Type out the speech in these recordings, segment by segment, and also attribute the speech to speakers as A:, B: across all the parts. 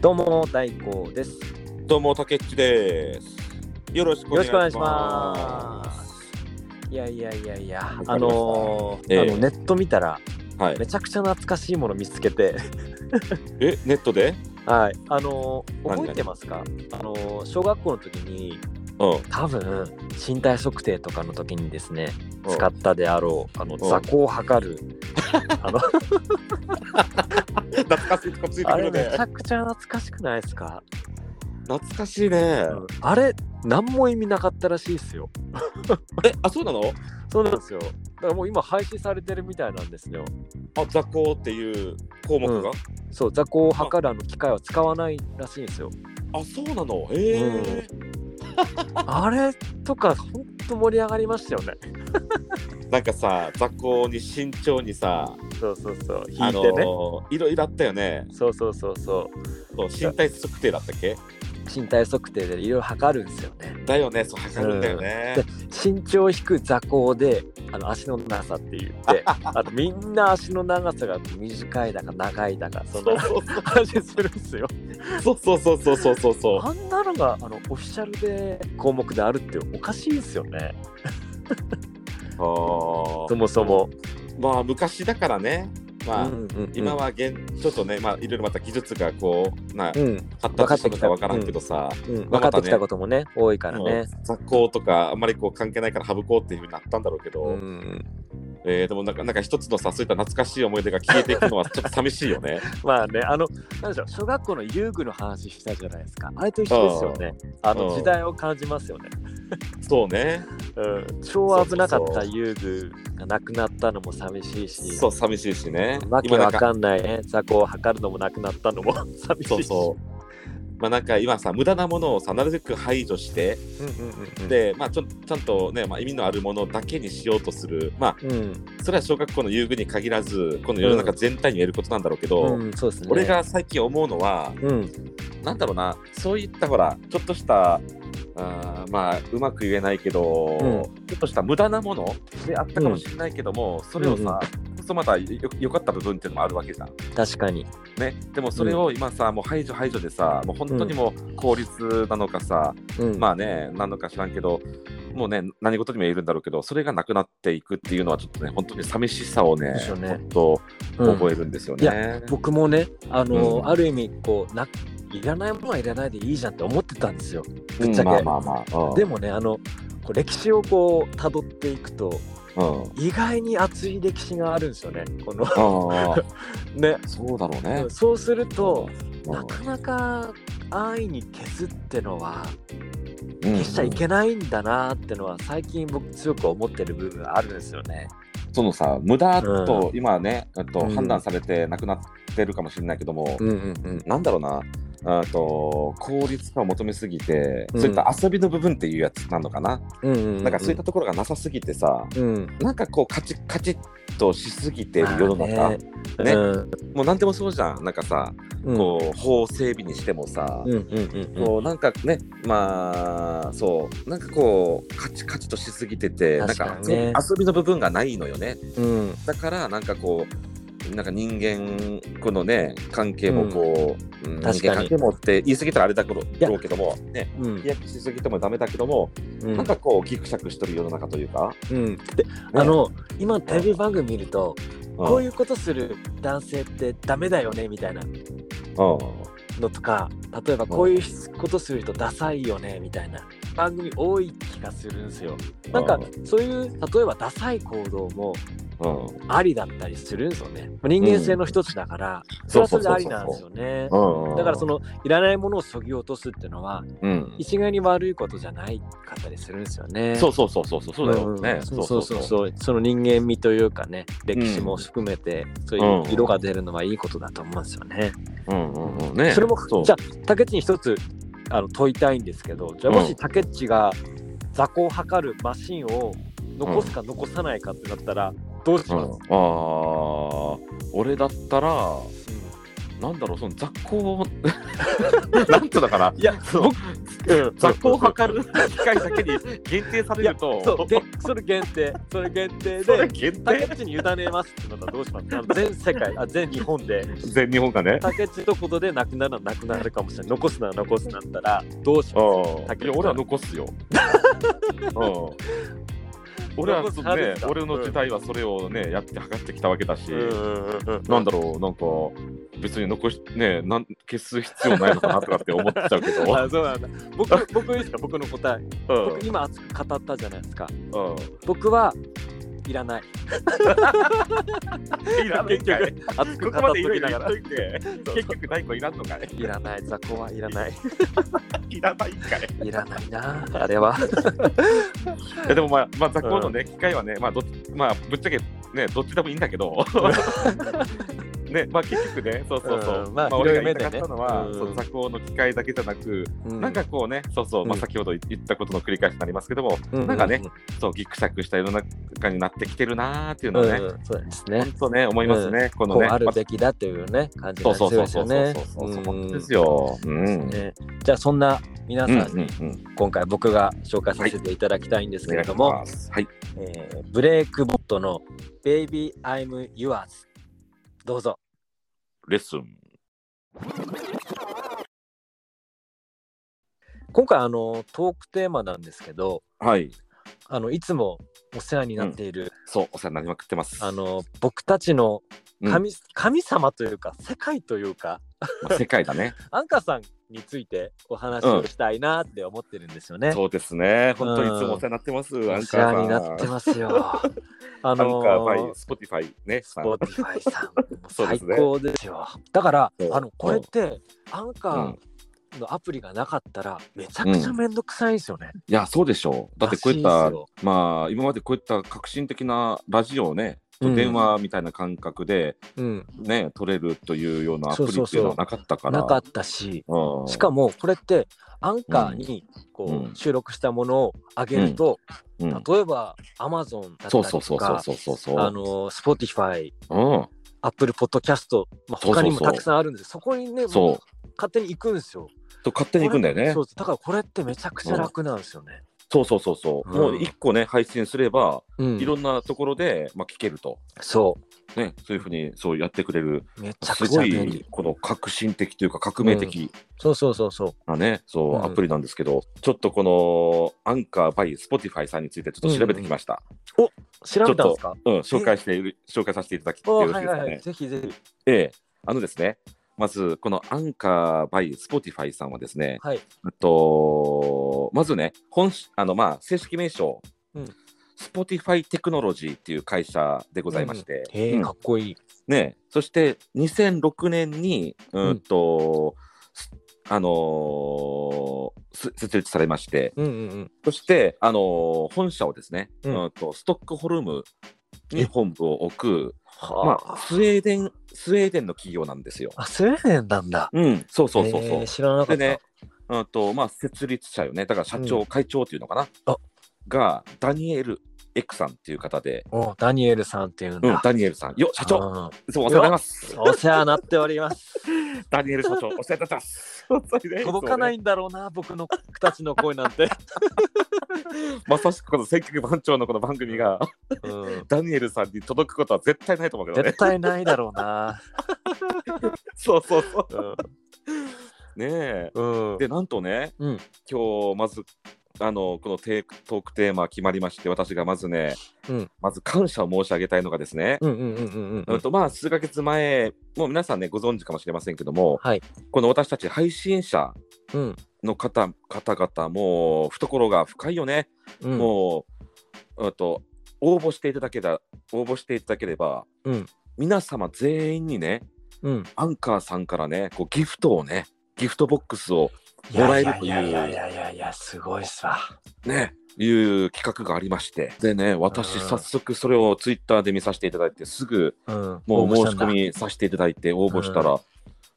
A: どうも大光です。
B: どうも、竹内です。よろしく
A: よろしくお願いし
B: ま
A: ます。いやいやいやいや
B: わ、か
A: あ
B: りました
A: のー
B: ええ
A: あのネット見たら
B: す。はい
A: め。ちゃくちゃ懐かしいもの見つけて、
B: え、ネットで
A: はい、あのー
B: 何
A: 覚えてますか？あのー小学校の時に
B: うん。
A: 多分身体測定とかの時にですね、
B: うん
A: 使ったであろうあの
B: ん
A: 座高を測る、あの
B: 懐かしいとこついて
A: あ
B: く
A: れ
B: る
A: め
B: ね
A: ち。ゃくちゃ懐かしくないですか？
B: 懐かしいね。
A: あれ何も意味なかったらしいですよ。
B: え、あ、そうなの
A: そうなんですよ。だからもう今廃止されてるみたいなんですよ。
B: あ、雑魚っていう項目が。
A: そう、座高を測るあの機械は使わないらしいんですよ。
B: あ、そうなのええ
A: あれとか、ほんと盛り上がりましたよね。
B: なんかさ、雑魚に慎重にさ、
A: そうそうそう、引いてね。
B: あのー、いろいろあったよね。
A: そうそうそうそう。
B: そう身体測定だったっけ
A: 身体測定でいろいろ測るんですよね。
B: だよね、そう、測るんだよね。
A: 身長を引く座高で、あの足の長さって言 って、あとみんな足の長さが短いだか長いだか、そ
B: そ
A: の
B: うそう
A: 話するんですよ。
B: そうそうそうそうそうそう。
A: あんなのがあのオフィシャルで項目であるっておかしいですよね。
B: あ
A: そ
B: ー
A: もそも。
B: まあ、昔だからね。まあ、
A: うんうんうん
B: 今、は現ちょっとね、まあ、いろいろまた技術がこうな
A: うん
B: 発達したのかわからんけどさ、
A: うん、分かってきたこともね、多いから
B: も
A: ね
B: う。雑行とかあんまりこう関係ないから省こうっていうふうになったんだろうけど、
A: うん、
B: えーでもなんかなんか一つのさそういった懐かしい思い出が消えていくのはちょっと寂しいよ ね。
A: まあねあのなんでしょう小学校の遊具の話したじゃないですかあれと一緒ですよねあの
B: うん
A: 時代を感じますよね、
B: そうね。
A: うん、超危なかっ
B: そうそう
A: た
B: そう
A: 遊具がなくなったのも寂しいし
B: そう寂しいしね。
A: わけ
B: な
A: わ
B: んか
A: かんないね雑魚を測るのもなくなったのも寂しいし
B: そうそう。まあなんか今さ無駄なものをさなるべく排除して、
A: うんうんうんうん
B: でまあちょちゃんとね、まあ、意味のあるものだけにしようとするま
A: うん、
B: あそれは小学校の遊具に限らずこの世の中全体に言えることなんだろうけど、
A: うん、そうですね
B: 俺が最近思うのは、
A: うん
B: なんだろうな、そういったほら、ちょっとした、あーまあ、うまく言えないけど、
A: うん
B: ちょっとした無駄なものであったかもしれないけども、それをさ、こそまたよ良かった部分っていうのもあるわけじゃん。
A: 確かに
B: ね、でもそれを今さ、もう排除排除でさ、もう本当にもう効率なのかさ、
A: うん
B: まあね、なのか知らんけど、もうね、何事にも言えるんだろうけど、それがなくなっていくっていうのは、ちょっとね、本当に寂しさをね、
A: ですよね
B: 本当
A: うん
B: 覚えるんですよ
A: い
B: ね。
A: や僕もねあの、
B: うん
A: ある意味こうないらないものはいらないでいいじゃんって思ってたんですよ
B: うん
A: ぶっちゃけ
B: まあまあまあ。うん
A: でもねあのこう歴史をこう辿っていくと
B: うん
A: 意外に熱い歴史があるんですよねこの
B: ああ、
A: ね
B: そうだろうね。
A: そうすると
B: うん
A: なかなか安易に消すってのは
B: うん
A: 消しちゃいけないんだなってのは最近僕強く思ってる部分あるんですよね。
B: そのさ、無駄と今ね、えっと
A: うん
B: 判断されてなくなってるかもしれないけども、
A: んうん
B: なんだろうな。あと効率化を求めすぎて、
A: うん
B: そういった遊びの部分っていうやつなのかな、
A: うんうん
B: なんかそういったところがなさすぎてさ、
A: うん
B: なんかこうカチッカチッとしすぎてる世の中、
A: まあ
B: ね
A: うん
B: もう何でもそうじゃんなんかさ、
A: うん
B: こう法整備にしてもさ、
A: うんうんうんうん
B: こうなんかねまあそうなんかこうカチカチとしすぎててなん
A: 確
B: か
A: かに
B: 遊び
A: ね
B: 遊びの部分がないのよね
A: うん
B: だからなんかこうなんか人間このね関係もこう、うん
A: 確かに
B: 人間関係もって言い過ぎたらあれだろう
A: や
B: ろうけどもね
A: うん
B: 飛躍しすぎてもダメだけども、
A: うん
B: なんかこうギクシャクしてる世の中というか、
A: うん、であの今テレビ番組見ると、こういううことする男性ってダメだよねみたいな
B: うん
A: のとか例えばこういうことする人ダサいよねみたいな番組多い気がするんですよなんかそういう例えばダサい行動も
B: うんうん
A: ありだったりするんですよね人間性の一つだから、それはそれでありなんですよね
B: うん
A: だからそのいらないものをそぎ落とすっていうのは
B: うん
A: 一概に悪いことじゃないかったりするんですよね
B: そうそうそうそうそうそうだよね、
A: んそうそうそうそうその人間味というかね歴史も含めて、そういう色が出るのはいいことだと思うんですよね。
B: うんうんうんね
A: それも
B: そう
A: じゃあ竹内に一つあの問いたいんですけどじゃあも
B: う
A: し
B: ん
A: 竹内が雑魚を測るマシンを残すか残さないかってなったらどうし
B: うん
A: ます、
B: ああ俺だったら、なんだろう、その雑行を、 なんとだから、
A: いや
B: そううん 雑行を測る機会だけに限定される と、
A: そうでそれ限定それ限定
B: それ
A: で
B: 限定
A: 竹内に委ねますってのはどうし ますかあの全世界あ全日本で
B: 全日本がね。
A: 竹内一言でなくなるなくなるかもしれない残すなら残すなんだらどうし
B: う
A: ま
B: んいや俺は残 すよ。うん俺は
A: 残す
B: そう
A: 派
B: ね
A: です、か
B: 俺の時代はそれをね、やって測ってきたわけだし
A: す、うんうん
B: なんだろう、なんか、別に残し、ね、なん消す必要ないのかなとかって思っちゃうけ ど
A: あそうなんだ僕僕いいですか僕の答え
B: うん
A: 僕今熱く語ったじゃないですか
B: うん。
A: 僕はいらない
B: い らない
A: 結
B: んかい
A: 局熱く
B: こ
A: 語
B: こ
A: っ
B: ま
A: と
B: で
A: き
B: いろい
A: な
B: ろ言
A: が
B: っ
A: ら
B: といて、結局大根いらんのかい。
A: いらない雑魚はいらない
B: いらないんか い。
A: いらない なあれは
B: いやでもまあ、まあ、雑魚のね、機会はね、まあどっち、まあ、ぶっちゃけ、ね、どっちでもいいんだけど。 ね、まあ、結局ね、そうそうそう、
A: うんま
B: ま
A: あ
B: あ、
A: 広
B: 俺
A: い
B: が言
A: 目
B: い
A: でね
B: たかったのは、
A: うん
B: その雑魚の機会だけじゃなく、なんかこうね、そうそう、ま
A: う
B: あ、
A: ん
B: 先ほど言ったことの繰り返しになりますけども。
A: な
B: なんかねそう、ギクシャクした世の中になってきてるなーっていうの
A: う
B: は
A: ん
B: ね、
A: そうですね
B: 本当ね、思いますね、この
A: こう
B: ね。
A: ある
B: まあ
A: べきだというね感じ
B: そ
A: が
B: うそう
A: 強い
B: そう
A: ですよね
B: そうそうそうそう、
A: うん
B: 本当ですよ。うん。うん
A: ねじゃあそんな皆
B: うん
A: さん
B: う
A: に
B: ん。
A: 今回僕が紹介させていただきたいんですけ
B: お願
A: れ
B: いし
A: ども、
B: ますはい。
A: えーブレイクボットの Baby I'm Yours どうぞ
B: レッスン。
A: 今回あのトークテーマなんですけど
B: はい。
A: あのいつもお世話になっている、
B: そう、お世話になりまくってます。
A: あの僕たちの神,、神様というか世界というか
B: まあ世界だね。
A: アンカさんについてお話をしたいなって思ってるんです よね。
B: そうですね。本当にいつもお世話になってます。ア
A: お
B: ン
A: 世
B: カーさん。
A: 話になってますよ。 あ
B: アンカ
A: の
B: ーバイ
A: ー、
B: スポティファイね。
A: スポーティファイさん、
B: そう
A: 最
B: ですね
A: 高ですよ。だから
B: そう、
A: あのこれってアン
B: う
A: カ
B: ん
A: ーのアプリがなかったらめちゃくちゃめんどくさいんですよね。
B: いや、そうでしょう。だってこういっ
A: らしいで
B: た
A: すよ、
B: まあ、今までこういった革新的なラジオをね、
A: うん
B: 電話みたいな感覚で、
A: うん、
B: ね、撮れるというようなア
A: そ
B: プ
A: う
B: リ
A: そうそう
B: っていうのはなかったから。
A: なかったし、
B: うん
A: しかもこれってアンカーにこ
B: うん
A: う収録したものをあげると、
B: うん
A: 例えば Amazon だった
B: そう
A: り
B: そ
A: と
B: うそうそう
A: か、
B: そうそうそう。
A: あのー Spotify
B: うん、
A: アップルポッドキャスト、まあ、
B: そうそ
A: 他
B: うそう
A: にもたくさんあるんですそこにね
B: そう。
A: 勝手に行くんですよ。
B: と勝手に行くんだよね
A: そ。うだからこれってめちゃくちゃ楽なんですよね。
B: そうそうそうそう。
A: うん
B: もう一個ね配信すれば、
A: うん
B: いろんなところでまあ聞けると。
A: そ
B: ね、そういうふうにそうやってくれる
A: うめちゃ
B: す
A: くちゃ
B: ご
A: 便利
B: い。この革新的というか革命的
A: そうそうそうそう。
B: なね、そううんアプリなんですけど、ちょっとこのアンカーバイスポティファイさんについてちょっと調べてきました。
A: 調べたんですか
B: うん、紹介して紹介させていただき
A: あ
B: よろし
A: は
B: いで
A: い
B: す
A: は
B: か
A: い
B: ね。
A: はい。ぜひぜひ。
B: ええ、あのですね。まず、このアンカーバイスポティファイさんはですね、
A: はい。
B: えっとまずね本しあの、まあ、正式名称、
A: うん
B: スポティファイテクノロジーっていう会社でございまして、
A: へえ、
B: うん
A: かっこいい。
B: ね、そして2006年に、うんとすあのーす設立されまして
A: うんうんうん。
B: そして、あのー本社をですね、
A: う
B: うんん、とストックホルム
A: え
B: に本部を置く、ま
A: は
B: あ、
A: あ。
B: スウェーデンスウェーデンの企業なんですよ。
A: あ、スウェーデンなんだ。
B: うん、そうそうそうそう
A: へえ。知らなか
B: で
A: った。
B: ね、うんとまあ、設立者よね、だから社長、
A: う
B: 会長っていうのかな、
A: あ
B: がダニエル・エクさんっていう方で、
A: おダニエルさんっていうん
B: うん
A: だ。、
B: ダニエルさん、よ、社長、
A: 長。
B: そうお世話になります。
A: お世話になっており ます。
B: ダニエル社長、お世話になっ てます。。
A: 届かないいんだろうな、僕の僕たちの声なん て。
B: まさしくこの選挙区番長のこの番組が、
A: うん
B: ダニエルさんに届くことは絶対ないと思うけどね
A: 絶。対ないだろうな。
B: そうそう そうう。ねえ。
A: うん。
B: で、なんとね、
A: うん
B: 今日まず、あのこのテートークテーマ決まりまして、私がまずね、
A: うん
B: まず感謝を申し上げたいのがですね、
A: うんうんうんうんう
B: うん
A: ん。
B: とまあ、数ヶ月前、もう皆さんね、ご存知かもしれませんけども、
A: はい
B: この私たち配信者
A: うん
B: の方方々、もう懐が深いよね、
A: うん。
B: もう、うん、と応募していただけだ応募していただければ、
A: うん
B: 皆様全員にね、
A: うん。
B: アンカーさんからね、こうギフトをね、ギフトボックスを
A: いや
B: もらえるという
A: いやいやいやいやいや、すごいっすわ。
B: ね、いう企画がありまして、でね、私、
A: うん
B: 早速それをツイッターで見させていただいて、すぐ
A: うん。
B: もう
A: 応募
B: 申
A: た
B: し
A: んだ
B: 込みさせていただいて応募したら、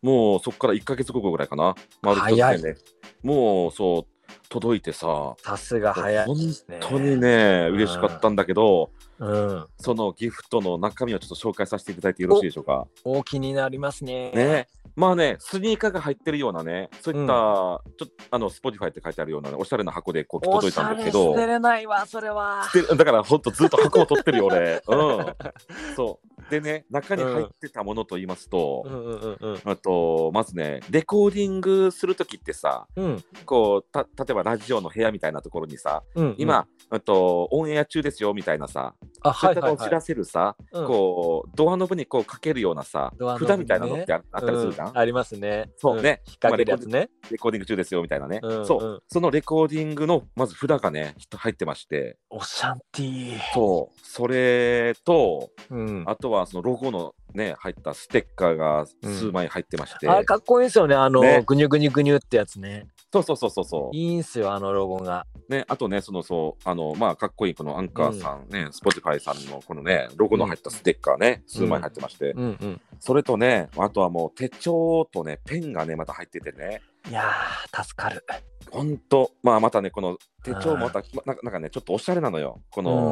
B: もうそこから1か月後ぐらいかな、丸一
A: 早い
B: 月でね、もうそう、届いてさ、
A: さすが早い
B: 本
A: ですね。
B: 当に。ね、嬉しかったんだけど、
A: うん。
B: そのギフトの中身をちょっと紹介させていただいてよろしいでしょうか。
A: お気になりますね。
B: ね、まあね、スニーカーが入ってるようなね、そういった、ちょっとあの、スポティファイって書いてあるようなね、おしゃれな箱でこう、届いたんですけど、
A: れないわ、それは
B: 捨。てるだからほんとずっと箱を取ってるよ、俺。 うん。そう。でね、中に入ってたものと言いますと
A: う、んうんうんうん。
B: あと、まずね、レコーディングするときってさ、
A: うん
B: こう、た、例えばラジオの部屋みたいなところにさ、
A: うん、
B: 今、あと、オンエア中ですよ、みたいなさ、
A: あ、
B: そ
A: は
B: う
A: い
B: いっ
A: は
B: た
A: い
B: お
A: は
B: 知
A: い
B: らせるさ、
A: うん
B: こう、ドアノブにこうかけるようなさ、
A: ドアノブにね
B: 札みたいなのってああったりするじゃん、
A: うんありますね。
B: そうね
A: ん引っ掛けるやつね。
B: レコーディング中ですよ、みたいなね。
A: うんうん
B: そう。そのレコーディングの、まず札がね、ちょっと入ってまして、
A: オシャンティー。
B: そう。それと、
A: うん。
B: あとはそのロゴのね、入ったステッカーが数枚入ってまして、
A: あれかっこいいんすよね。あの、
B: ね
A: ぐにゅぐにゅぐにゅってやつね。
B: そうそうそうそうそう。
A: いいんすよ、あのロゴが。
B: ね、あとね、その、そう、あの、まあ、かっこいい、このアンカーさんね、スポティファイさんの、このね、ロゴの入ったステッカーね、数枚入ってまして、
A: うんうん。
B: それとね、あとはもう手帳とね、ペンがね、また入っててね、
A: いやー、助かる。
B: ほんと、まあ、またね、この手帳もまた、まなんかなんかね、ちょっとおしゃれなのよ、こ
A: うんうんうん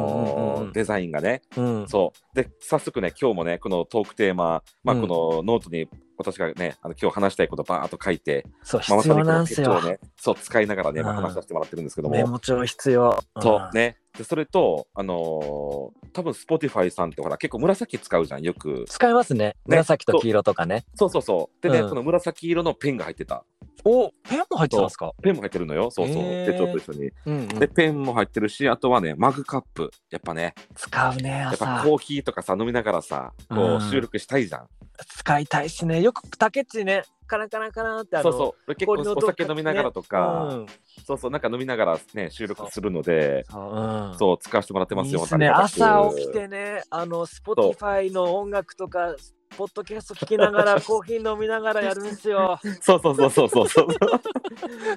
A: う
B: の
A: ん
B: デザインがね。
A: うん。
B: そう。で、早速ね、今日もね、このトークテーマ、まあ、
A: うん
B: このノートに、私がね、あの今日話したいことばーっと書いて、
A: そう、
B: まあ
A: 必要なんす
B: ま
A: よ
B: さ。にこの手帳をね、そう、使いながらね、まあ
A: うん
B: 話させてもらってるんですけども。
A: メモ帳必要。
B: そうね。で、それと、あのー多分 Spotify さんってほら、結構紫使うじゃん、よく。
A: 使いますね。紫と黄色とかね。
B: そうそうそう。でね、
A: うん
B: この紫色のペンが入ってた。
A: おペンも入ってたんすか
B: ペンも入ってるのよ、そうそう。
A: へー
B: 手帳と一緒に。
A: うんうん
B: で、ペンも入ってるし、あとはね、マグカップ。やっぱね、
A: 使うね、
B: やっぱ
A: 朝。
B: コーヒーとかさ、飲みながらさ、こ
A: うん
B: う収録したいじゃん。
A: 使いたいっすね。よく竹っちね、カランカランカランってあの。
B: そうそう。俺結
A: 氷の
B: 構
A: 音
B: お
A: とか
B: 酒飲みながらとか、
A: うん。
B: そうそう、なんか飲みながらね、収録するので、
A: そう。
B: そう、使わせてもらってますよ、
A: いいっすね。
B: 本当にありが
A: 朝
B: たく
A: 起きてね、あの、Spotify の音楽とか、ポッドキャスト聞きながら、コーヒー飲みながらやるんです よ。
B: そうそうそうそうそう そう。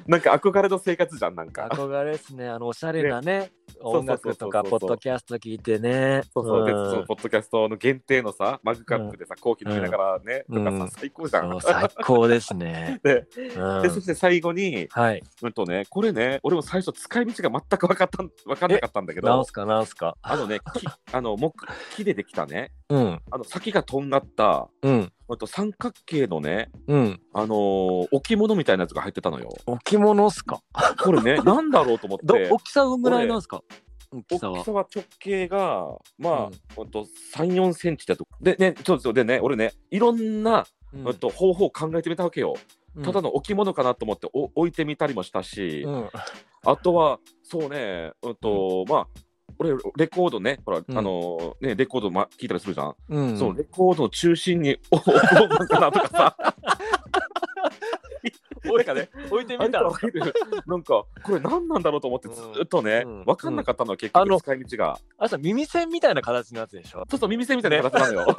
B: なんか憧れの生活じゃん、なんか。
A: 憧れですね。あの、おしゃれなね、
B: そう
A: 音
B: そうそうそ
A: 楽と
B: う
A: か、ポッドキャスト聞いてね。
B: そうそう、で、
A: ん
B: そのポッドキャストの限定のさ、マグカップでさ、コーヒー飲みながらね、
A: うん
B: とかさ、最高じゃん。
A: そう最高です ね。
B: で
A: うん
B: で、そして最後に、
A: はい。
B: うんとね、これね、俺も最初使い道が全く分かったん、分かんなかったんだけ
A: なん
B: ど
A: す、か、なんすか。
B: あのね、木、あの、木、木でできたね、
A: うん、
B: あの、先がとんがった、
A: うん、
B: あと三角形のね、
A: うん。
B: あのー置物みたいなやつが入ってたのよ。
A: 置物っすか。
B: これね、なんだろうと思っ
A: ど、
B: て、
A: 大きさどんぐらいなんすか。大きさ
B: 大
A: は
B: き。さは直径が、まあ、
A: うん
B: ほんと3、4センチだと。でね、そうそう、でね、俺ね、いろんな、
A: うん
B: うん、と方法を考えてみたわけよ。
A: うん
B: ただ、の置物かなと思ってお置いてみたりもしたし、
A: うん、
B: あとはそうね、うんとまあ、俺レコードねほら、
A: うん
B: あのねレコード、ま、聞いたりするじゃん、
A: うん、
B: そのレコードの中心にお置こうかなとかさなんかね
A: 置いて
B: あんたわかるなんかこれ何なんだろうと思ってずっとね、
A: うん
B: 分かんなかったのは結
A: あの
B: 局使い道が、
A: あと耳栓みたいな形のやつでしょ。
B: ちょっと耳栓みたいな形なのよ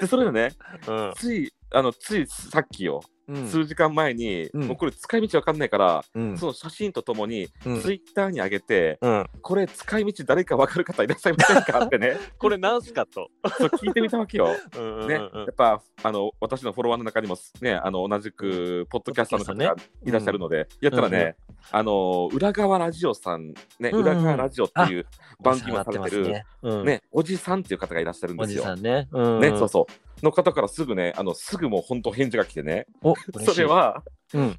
B: で それでね
A: うん
B: ついあのついさっきよ
A: うん
B: 数時間前に、
A: うん
B: もうこれ使い道わかんないから、
A: うん
B: その写真とともに、
A: うん
B: ツイッターに上げて、
A: うん、
B: これ使い道誰かわかる方いらっしゃいませんかっ てね、
A: これなんすかと。
B: そう聞いてみたわけよ。
A: うんうん
B: ね、
A: う
B: や
A: ん
B: っぱあの私のフォロワーの中にもね、あの同じくポッドキャスターの方
A: ポッドキャ
B: がいらっしゃるので、やったらね、あの裏側ラジオさんね、
A: うんうん
B: 裏側ラジオっていう番組をされてる
A: お世話になっ
B: ね、
A: ますね。うん、
B: おじさんっていう方がいらっしゃるん
A: お
B: です
A: じ
B: よ。
A: さんね。うん、
B: ね、そうそう。の方からすぐね、あのすぐもう本当返事が来てね、
A: お、嬉しい
B: それ。は。
A: うん、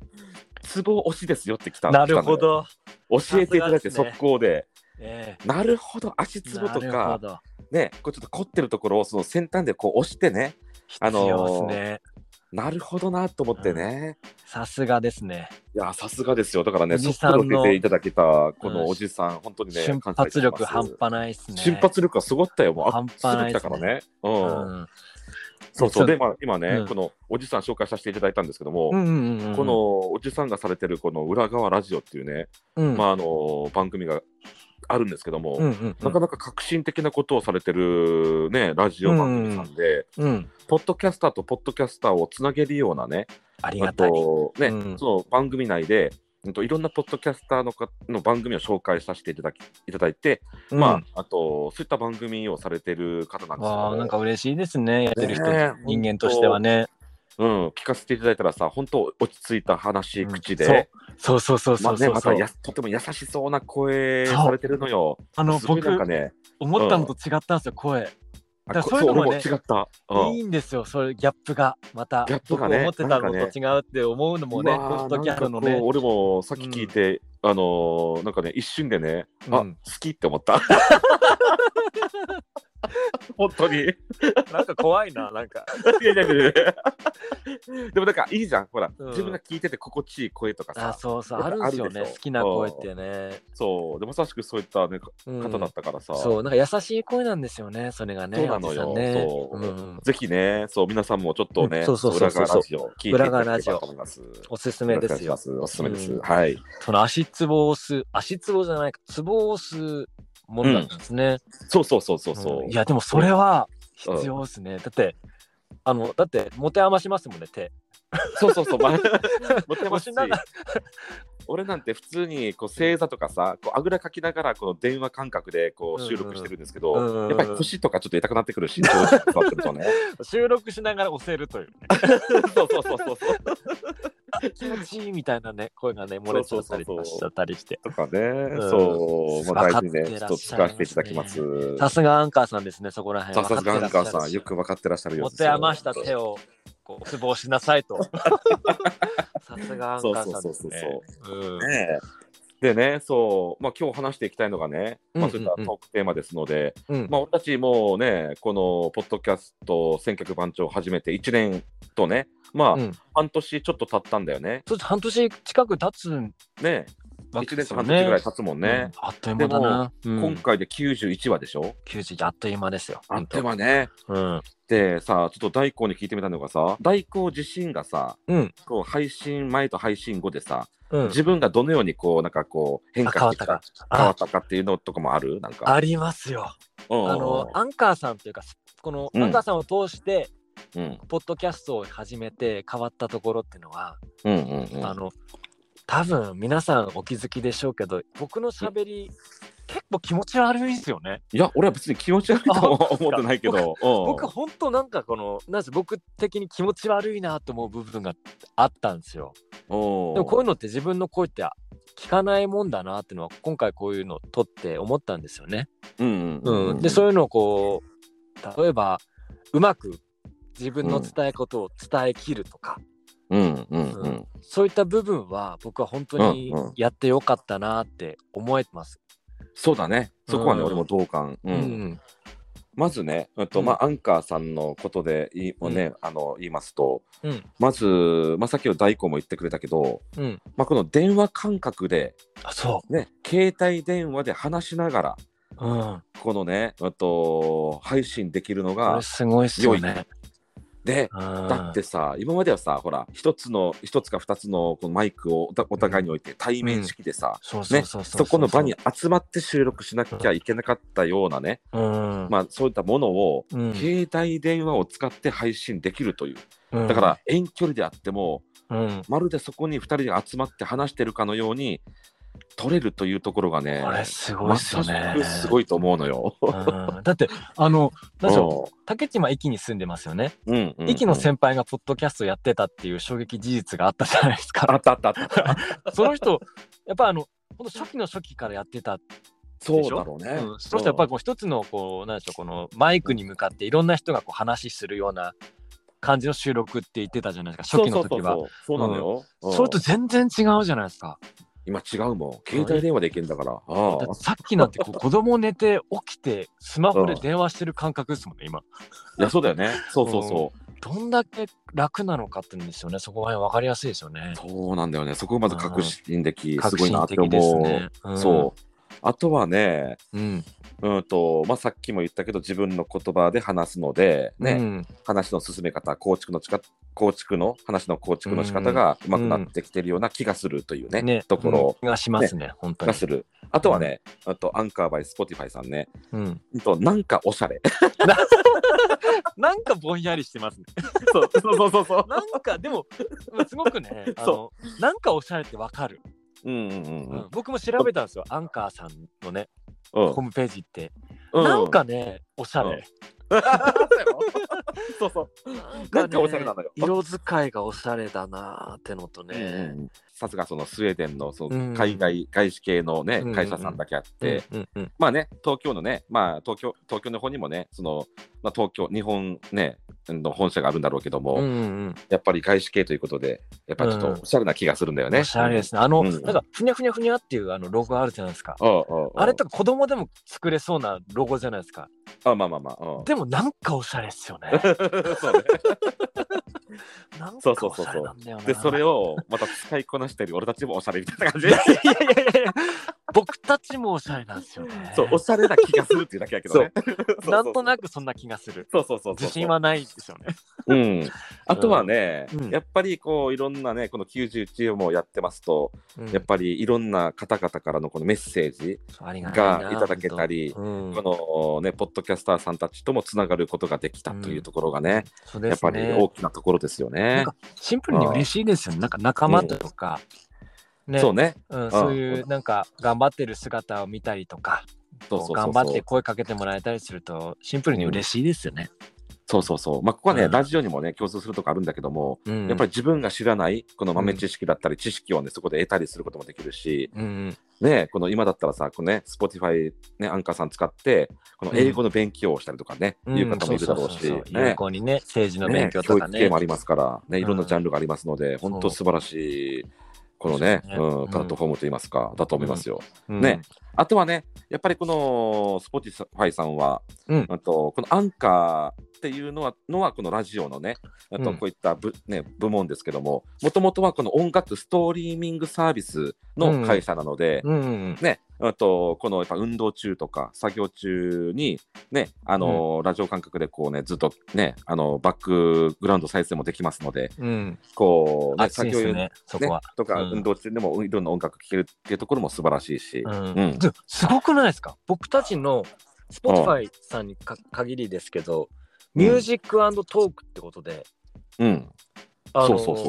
B: ツボ推しですよって来た
A: なるほ
B: 来たのよ
A: ど。
B: 教えていただいて
A: さすがですね
B: 速攻で
A: ええ
B: なるほど足ツボと
A: なるほ
B: か
A: ど
B: ねこうちょっと凝ってるところをその先端でこう押してねあのー
A: 必要ですね。
B: なるほどなと思ってね、
A: さすがですね。
B: いやさすがですよだから
A: お
B: ね
A: じ
B: 速
A: さんの
B: 攻で教えていただけたこ
A: うん
B: のおじさん、本当にね
A: 瞬
B: 感謝いた
A: 発
B: します
A: 力半端ないですね。
B: 瞬発力がすごかったよもうあ
A: 半
B: っ
A: 端
B: すぐ
A: ない
B: 来
A: で
B: た
A: す
B: から
A: ね
B: ねうん、
A: うん
B: そうそう
A: で
B: で、まあ、今ね、
A: うん
B: このおじさん紹介させていただいたんですけども、
A: うんうんうんうん
B: こ、のおじさんがされてるこの裏側ラジオっていうね、
A: うん
B: まああの番組があるんですけども、
A: うんうんうん
B: なかなか革新的なことをされてるね、ラジオ番組さんで、
A: うん、
B: ポッドキャスターとポッドキャスターをつなげるようなね、
A: あり
B: あ
A: がたい。
B: とね、
A: うん
B: その番組内で、うんといろんなポッドキャスターのかの番組を紹介させていただきいただいて、
A: うん
B: まあ、あと、そういった番組をされてる方なんですけど
A: わあ
B: も
A: なんか嬉しいですね、やってる人、
B: ねえ
A: 人間としてはね。
B: うん、聞かせていただいたらさ、本当落ち着いた話、
A: うん
B: 口で、
A: そうそうそう
B: ま
A: そ
B: あ
A: う
B: ね、
A: そう
B: ま
A: そ
B: た
A: う、
B: やとても優しそうな声
A: そう
B: されてるのよ。
A: あの
B: すごい
A: 僕、
B: なんかね、
A: 思ったのと違ったんですよ、声。だか
B: あ
A: らそういう
B: そう
A: のも
B: 俺も
A: ね
B: 違った。うん
A: いいんですよ、それギャップが、また、
B: ギャップ
A: 僕
B: がね
A: 思ってたのと違うって思うのもね、
B: うわー
A: ホストキャンの
B: なんかこ
A: ね
B: う、俺もさっき聞いて、あのーなんかね一瞬でね、あ
A: う
B: 好
A: ん
B: きって思った 本当にい
A: なんか怖いな、なんか。
B: やいやいやいやでもなんかいいじゃんほら、
A: うん
B: 自分が聞いてて心地いい声とか
A: あ、
B: さ
A: そうそう、
B: や
A: あ
B: っ
A: る
B: ぱ
A: んですよ
B: ある
A: ね、
B: でしょ
A: 好きな声ってね。
B: そうでまさしくそういった、ね、
A: うん
B: 方だったからさ、
A: そう、なんか優しい声なんですよね、それがね。
B: そうなの
A: お
B: よ
A: じさんね
B: そう
A: うん
B: ぜひねそう皆さんもちょっとね、
A: うんそうそうそう
B: 裏
A: そう
B: 側ラジオ聞いていただければと思います
A: おすすめで
B: お願い
A: す
B: し
A: よ
B: ま。すおすすめです、
A: うん
B: はい
A: その足つぼを押す、足つぼじゃないか、つぼを押すものなんですね。
B: そうそうそうそうそう、
A: うんいや、でもそれは必要ですね。だって、あの、だって、持て余しますもんね、手。
B: そうそうそう、まあ、持ってますし
A: 持ちながら。
B: 俺なんて普通にこう正座とかさ、こうあぐらかきながらこの電話感覚でこう収録してるんですけど、
A: うんうんうん
B: やっぱり腰とかちょっと痛くなってくるし、調子座ってるとね。
A: 収録しながら押せるという、ね。
B: そうそうそうそうそう。
A: 気持ちいいみたいなね、声がね、漏れちゃったりとかしちゃったりして。
B: とかね、
A: ん
B: そう、まあ、
A: 分か
B: 大
A: って
B: 事ね、ちょっと使わせていただきます。
A: さすがアンカーさんですね、そこら辺
B: さ
A: は。
B: すがガンカーさん、
A: 分
B: よく分かってらっしゃるよ
A: 持
B: うです
A: て
B: よ
A: 余した手を、こう、つぼしなさい と。さすがアンカーさんですね。
B: そう
A: うん
B: ねでね、そう、まあ、今日話していきたいのがね、まあ、そういった
A: うんうんうん
B: トークテーマですので、
A: うん
B: まあ、俺たちもうね、このポッドキャスト選曲番長を始めて1年とね、まあ、
A: うん
B: 半年ちょっと経ったんだよね。
A: そう半年近く経つ
B: ね、
A: わ
B: 1
A: けで
B: 年
A: す
B: と
A: よ
B: 半
A: ね。
B: 年ぐらい経つもんね。
A: うんあっという間だな。うん
B: 今回で91話でしょ、
A: 90あっという間ですよ。
B: あっという間ね。
A: うん。
B: でさ、ちょっと大光に聞いてみたのがさ、大光自身がさ、
A: うん。
B: こう配信前と配信後でさ、
A: うん。
B: 自分がどのようにこう、なんかこう、変
A: あ
B: 化
A: 変わっ
B: して
A: た
B: き
A: か
B: た。変わ
A: あ
B: っ、たかっていうのとかもあるなんか。
A: ありますよ。
B: うんうんうん
A: あの、アンカーさんというか、この
B: うん
A: アンカーさんを通して、
B: うん
A: ポッドキャストを始めて変わったところっていうのは、
B: うんうんうん
A: あの、多分皆さんお気づきでしょうけど、僕の喋り、結構気持ち悪いんですよね。
B: いや、俺は別に気持ち悪いとは思ってないけど。
A: 僕
B: 僕
A: 本当なんかこのなんせ僕的に気持ち悪いなと思う部分があったんですよ。
B: お
A: でもこういう
B: の
A: のって自分の声って聞かないもんだなっていうのは今回こういうのを撮って思ったんですよね。
B: うんうん
A: うん、でそういうのをこう例えばうまく自分の伝えことを伝えきるとか、
B: うんうん
A: う
B: うんん
A: そういった部分は僕は本当に
B: うんうん
A: やってよかったなって思えてます。
B: そうだねそこはね、
A: うん
B: 俺も同感、
A: う
B: う
A: んん
B: まずね、えっと
A: うん
B: まあ、アンカーさんのことでいをね、あの言いますと
A: うん
B: まず、まあ、さっきの大工も言ってくれたけど、
A: うん、
B: まあ、この電話感覚で、
A: あそ
B: ね、携帯電話で話しながら
A: う、うん、
B: このね、えっと、配信できるの
A: これ
B: が
A: すごいっすよね。
B: で
A: だ
B: だってさ今まではさほら一つの一つか二つのこのマイクをおたお互いに置いて対面式でさ、
A: そうそう
B: ね、
A: そうそう
B: そこの場に、集まって収録しなきゃいけなかったようなね、
A: うん
B: まあ、そういったものを、
A: うん
B: 携帯電話を使って配信できるという、
A: うん
B: だから遠距離であっても、
A: うん、
B: まるでそこに2人が集まって話してるかのように、撮れるというところがね
A: こ、れすごい
B: ま
A: っすよ
B: さし
A: ね。
B: くすごいと思うのよ。
A: うんだってあのなんでしょう竹島駅に住んでますよね、
B: うんうんうん
A: 駅の先輩がポッドキャストやってたっていう衝撃事実があったじゃない です
B: あ
A: か
B: ったあったあった。
A: その人やっぱあのほんと初期の初期からやってた、
B: そうだろうね。
A: うん、その人やっぱりこう一つのこうなんでしょうこのマイクに向かっていろんな人がこう話しするような感じの収録って言ってたじゃないですか初期の時は
B: そうそうそうそうなのよ。うん
A: それと全然違うじゃないですか
B: 今違うもん。携帯電話でいけんだから。あ
A: だって
B: あ
A: さっきなんて こう子供寝て起きてスマホで電話してる感覚ですもんね今
B: いやそうだよね。そうそうそう。
A: どんだけ楽なのかっていうんですよね。そこが分かりやすいですよね。
B: そうなんだよね。そこがまず革新的、す
A: 革
B: ごいな
A: 新
B: って思
A: 的で
B: う。
A: すね。うん
B: そう。あとはね、
A: うん。
B: うんとまあ、さっきも言ったけど自分の言葉で話すので、ね
A: うん。
B: 話の進め方構築のちか構築の話の構築の仕方がうまくなってきてるような気がするというね,、
A: ね。
B: ところ
A: うんがしますね。本当に
B: が。する、あとはね、あとアンカーバイスポティファイさんね、
A: うん。
B: うんと、なんかおしゃれ
A: なんかぼんやりしてますね。
B: そうそうそうそう
A: なんかでもすごく ね。あの
B: そ
A: なんかおしゃれってわかる。
B: うんうんうんうん
A: 僕も調べたんですよ。アンカーさんのね
B: う
A: ホ
B: ん
A: ームページって。
B: う
A: なんかねおしゃ
B: うん
A: れ。
B: そうそう
A: なん
B: なんかおしゃれなのよ
A: 色使いがおしゃれだなーってのと
B: うんう
A: ね
B: ん。さすがそのスウェーデンのそ
A: うん
B: の海外、外資系の、ね
A: うんうん
B: 会社さんだけあって、
A: うんうん
B: まあね、東京のね、まあ、東京東京の方にもね、そのまあ、東京、日本、ね、の本社があるんだろうけども、
A: うんうん
B: やっぱり外資系ということで、やっぱちょっとおしゃれな気がするんだよ
A: うん、
B: ね。
A: おしゃれですね。あの、
B: うん
A: なんか、ふにゃふにゃふにゃっていうあのロゴあるじゃないですか。
B: うんおうおうおう
A: あれとか子供でも作れそうなロゴじゃないですか。
B: あまあまあまあ。うん
A: でもなんかおしゃれっす よね。
B: そうね
A: なんか
B: そうそう
A: お
B: そう
A: しゃ
B: そ
A: れ
B: う
A: なんだよな。
B: で、それ
A: を。
B: をまた使いこなしている俺たちもおしゃれみたいな感じ
A: いやいやいやいや僕たちもおしゃれなんですよね。
B: そう、おしゃれな気がするっていうだけやけどね。
A: なんと
B: く。
A: なくそんな気がする。
B: そうそうそうそう。
A: 自信はないですよね。
B: うん、あとはね、
A: うん
B: やっぱりこういろんなねこの91をもやってますと、やっぱりいろんな方々からのこのメッセージ、
A: ありが
B: がいただけたり
A: うん
B: このねポッドキャスターさんたちともつながることができたというところがね、
A: そうで
B: やっ
A: す
B: ぱり
A: ね
B: 大きなところですよ
A: な
B: ね
A: ん。かシンプルに嬉しいですよね。なんか仲間とか、ね
B: そうね、
A: うん、そういうなんか頑張ってる姿を見たりとか、
B: そうそうそ
A: 頑
B: う
A: 張
B: そ
A: っ
B: う
A: て声かけてもらえたりすると、シンプルに嬉しいですよね。
B: そうそうそう、まあ、ここはね、
A: うん
B: ラジオにもね共通するとこあるんだけども、
A: や
B: やっぱり
A: り、
B: 自分が知らないこの豆知識だったり知識をねそこで得たりすることもできるし、
A: うんうん、
B: ね、この今だったらさこのね Spotify ねアンカーさん使ってこの英語の勉強をしたりとかね、
A: うん
B: いう方もいるだろうし、
A: そそそ有
B: ね
A: 効にね、政治の勉
B: ね
A: 強と
B: 教
A: か
B: 育
A: ね。
B: 系もありますから、ね、いろん
A: う
B: なんジャンルがありますので、本当
A: そう
B: 素晴らしいこのね、
A: そうですね
B: う
A: うん
B: ん、プラットフォームといいますか、だと思いますよ。
A: うん
B: ね、あとはね、やっぱりこの Spotify さんは、
A: うん
B: あとこのアンカーっていうのは、のはこのラジオのね、あ
A: う
B: と
A: ん
B: こういった部,、ね、部門ですけども、もともとはこの音楽ストリーミングサービスの会社なので、
A: うんうん
B: ね、あとこのやっぱ運動中とか作業中に、ねあのーラジオ感覚でこう、ね、ずっと、ね、あのバックグラウンド再生もできますので
A: うん、うん、
B: こう、ね、
A: 熱い
B: 作
A: で
B: 業
A: す
B: 用
A: よ
B: に
A: ね、そこは。
B: とか、
A: うん
B: 運動中でもいろんな音楽聴けるっていうところも素晴らしいし、
A: うん
B: うん
A: ずすごくないですか僕たちの Spotify さんにか限りですけど、
B: うん
A: ミュージックトークってことで、
B: うん
A: あの
B: そうそうそ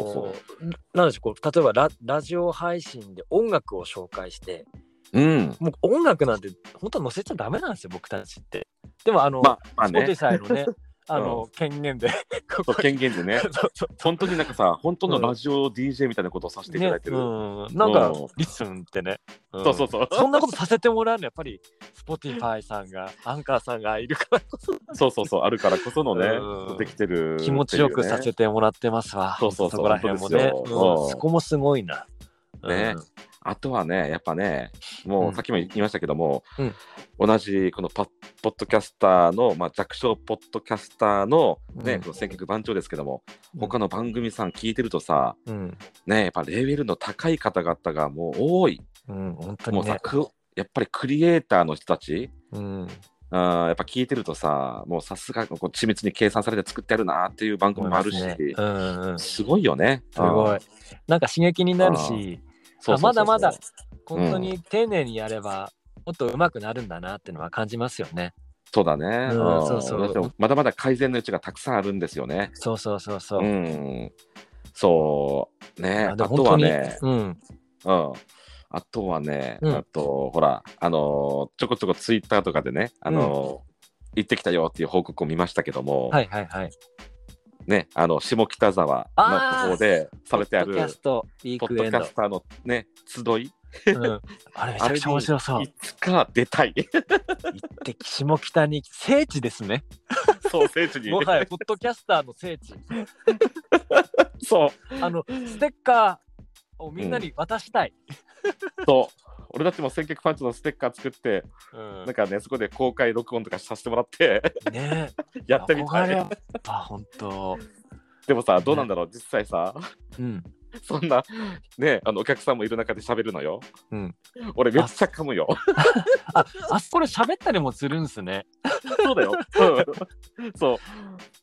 B: うそ
A: なんでしょうこう例えばララジオ配信で音楽を紹介して
B: うん、
A: もう音楽なんて本当は載せちゃダメなんですよ僕たちってでもあの、
B: まあまあね
A: Spotify のねあの、権限でこ
B: そ
A: こ
B: う権限でね
A: そうそう
B: 本当になんかさ本当のラジオ DJ みたいなことをさせていただいてる、
A: ねうん、なんか、リスンってね、うん
B: そうそうそう
A: そんなことさせてもらうのやっぱり Spotify さんがアンカーさんがいるからこそ
B: そうそうそうあるからこそのね、
A: うん
B: できてるっていうね、
A: 気持ちよくさせてもらってますわ
B: そうそうそう
A: こら辺もね、
B: 本当ですよ
A: う
B: うんん
A: そこもすごいな、
B: ねあとはね、やっぱね、
A: う
B: も
A: ん
B: うさっきも言いましたけども、
A: うん
B: 同じこのパポッドキャスターの、まあ、弱小ポッドキャスターの、ね
A: うん
B: この選曲番長ですけども、
A: うん
B: 他の番組さん聞いてるとさ、
A: うん
B: ね、やっぱレベルの高い方々がもう多い、
A: うん、本当
B: も
A: に
B: うさ
A: ね。
B: くやっぱりクリエイターの人たち、
A: うん、
B: あーやっぱ聞いてるとさ、もうさすがこう緻密に計算されて作ってあるなっていう番組もあるし、
A: 思いますねうんうん、す
B: すごいよね。
A: ご
B: う
A: い
B: ん。
A: なんか刺激になるし、
B: そうそうそう
A: あまだまだ
B: そう
A: 本当に丁寧にやれば、もっと上手くなるんだなってのは感じますよね。
B: そうだね、
A: うん
B: うん
A: そうそう
B: だってまだまだ改善の余地がたくさんあるんですよね。
A: そうそうそうそう。
B: うん、そうね
A: あ
B: あ
A: でも
B: とは
A: 本当に
B: ね、
A: うん、
B: うん、あとはね、
A: うん
B: あとほらあのーちょこちょこツイッターとかでねあのー、行ってきたよっていう報告を見ましたけども、
A: はいはいはい。
B: ねあの下北沢
A: あー
B: の方でされてあ
A: ポ
B: る
A: ッドキャスト、ウィ
B: ポ
A: ー
B: ッ
A: ク
B: ドキ
A: エンド
B: ャ。スターのね集い
A: うん、あれめちゃくちゃ面白そう。
B: いつか出 たい
A: 行って下北に聖地ですね。
B: ソーセージに
A: もはやポッドキャスターの聖地。
B: そう
A: あのステッカーをみんなに渡したい。
B: そう俺たちも千脚パンチのステッカー作って
A: うん
B: なんかねそこで公開録音とかさせてもらって
A: ねえ、
B: やってみた
A: 憧れ
B: い
A: やっぱ本当。
B: でもさどうなんだろう実際さ
A: うん。
B: そんな、ね、あのお客さんもいる中で喋るのよ。
A: うん
B: 俺めっちゃ噛むよ。
A: あ、あそこで喋ったりもするんですね。
B: そうだよ。うんそう。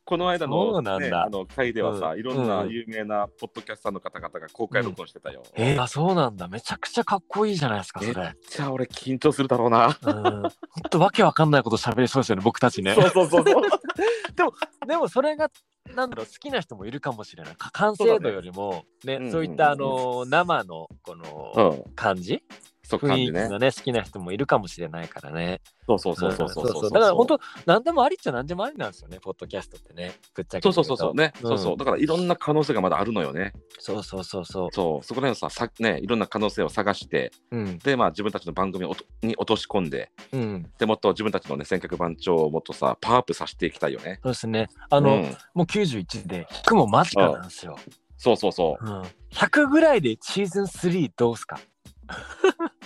B: この間
A: そう
B: の,、
A: なんだ
B: ね、あの会ではさ、
A: うん
B: いろんな
A: うん
B: 有名なポッドキャスターの方々が公開録音してたよ。めっ
A: えー、あ、そうなんだ。めちゃくちゃかっこいいじゃないですか、それ。
B: ちゃ俺緊張するだろうな。
A: うん。ほんとわけわかんないこと喋りそうですよね、僕たちね。
B: そうそうそ うそう。
A: でもそれが、なんだろう、好きな人もいるかもしれない。か完成度よりも、ね、
B: うん
A: そういった、あ
B: うんうん
A: のー、生の、この、
B: うん、
A: 感じ
B: そう感
A: 雰囲気
B: じね。
A: がね好きな人もいるかもしれないからね。
B: そうそうそうそうそうそう。
A: だから本当何でもありっちゃ何でもありなんですよねポッドキャストってねぶっちゃけ言
B: そ
A: と。
B: うそうそうそうね、
A: うん
B: そうそうだからいろんな可能性がまだあるのよね
A: そうそうそうそ
B: そうそこら辺をささねいろんな可能性を探して
A: う。うん
B: でまあ自分たちの番組をとに落とし込んで
A: うん
B: でもっと自分たちのね尖閣番長をもっとさパワーアップさせていきたいよね
A: そうですね。あの、
B: うん
A: もう91で引くも間近なんですよ。
B: そうそうそ
A: うん、100ぐらいでシーズン3どうすか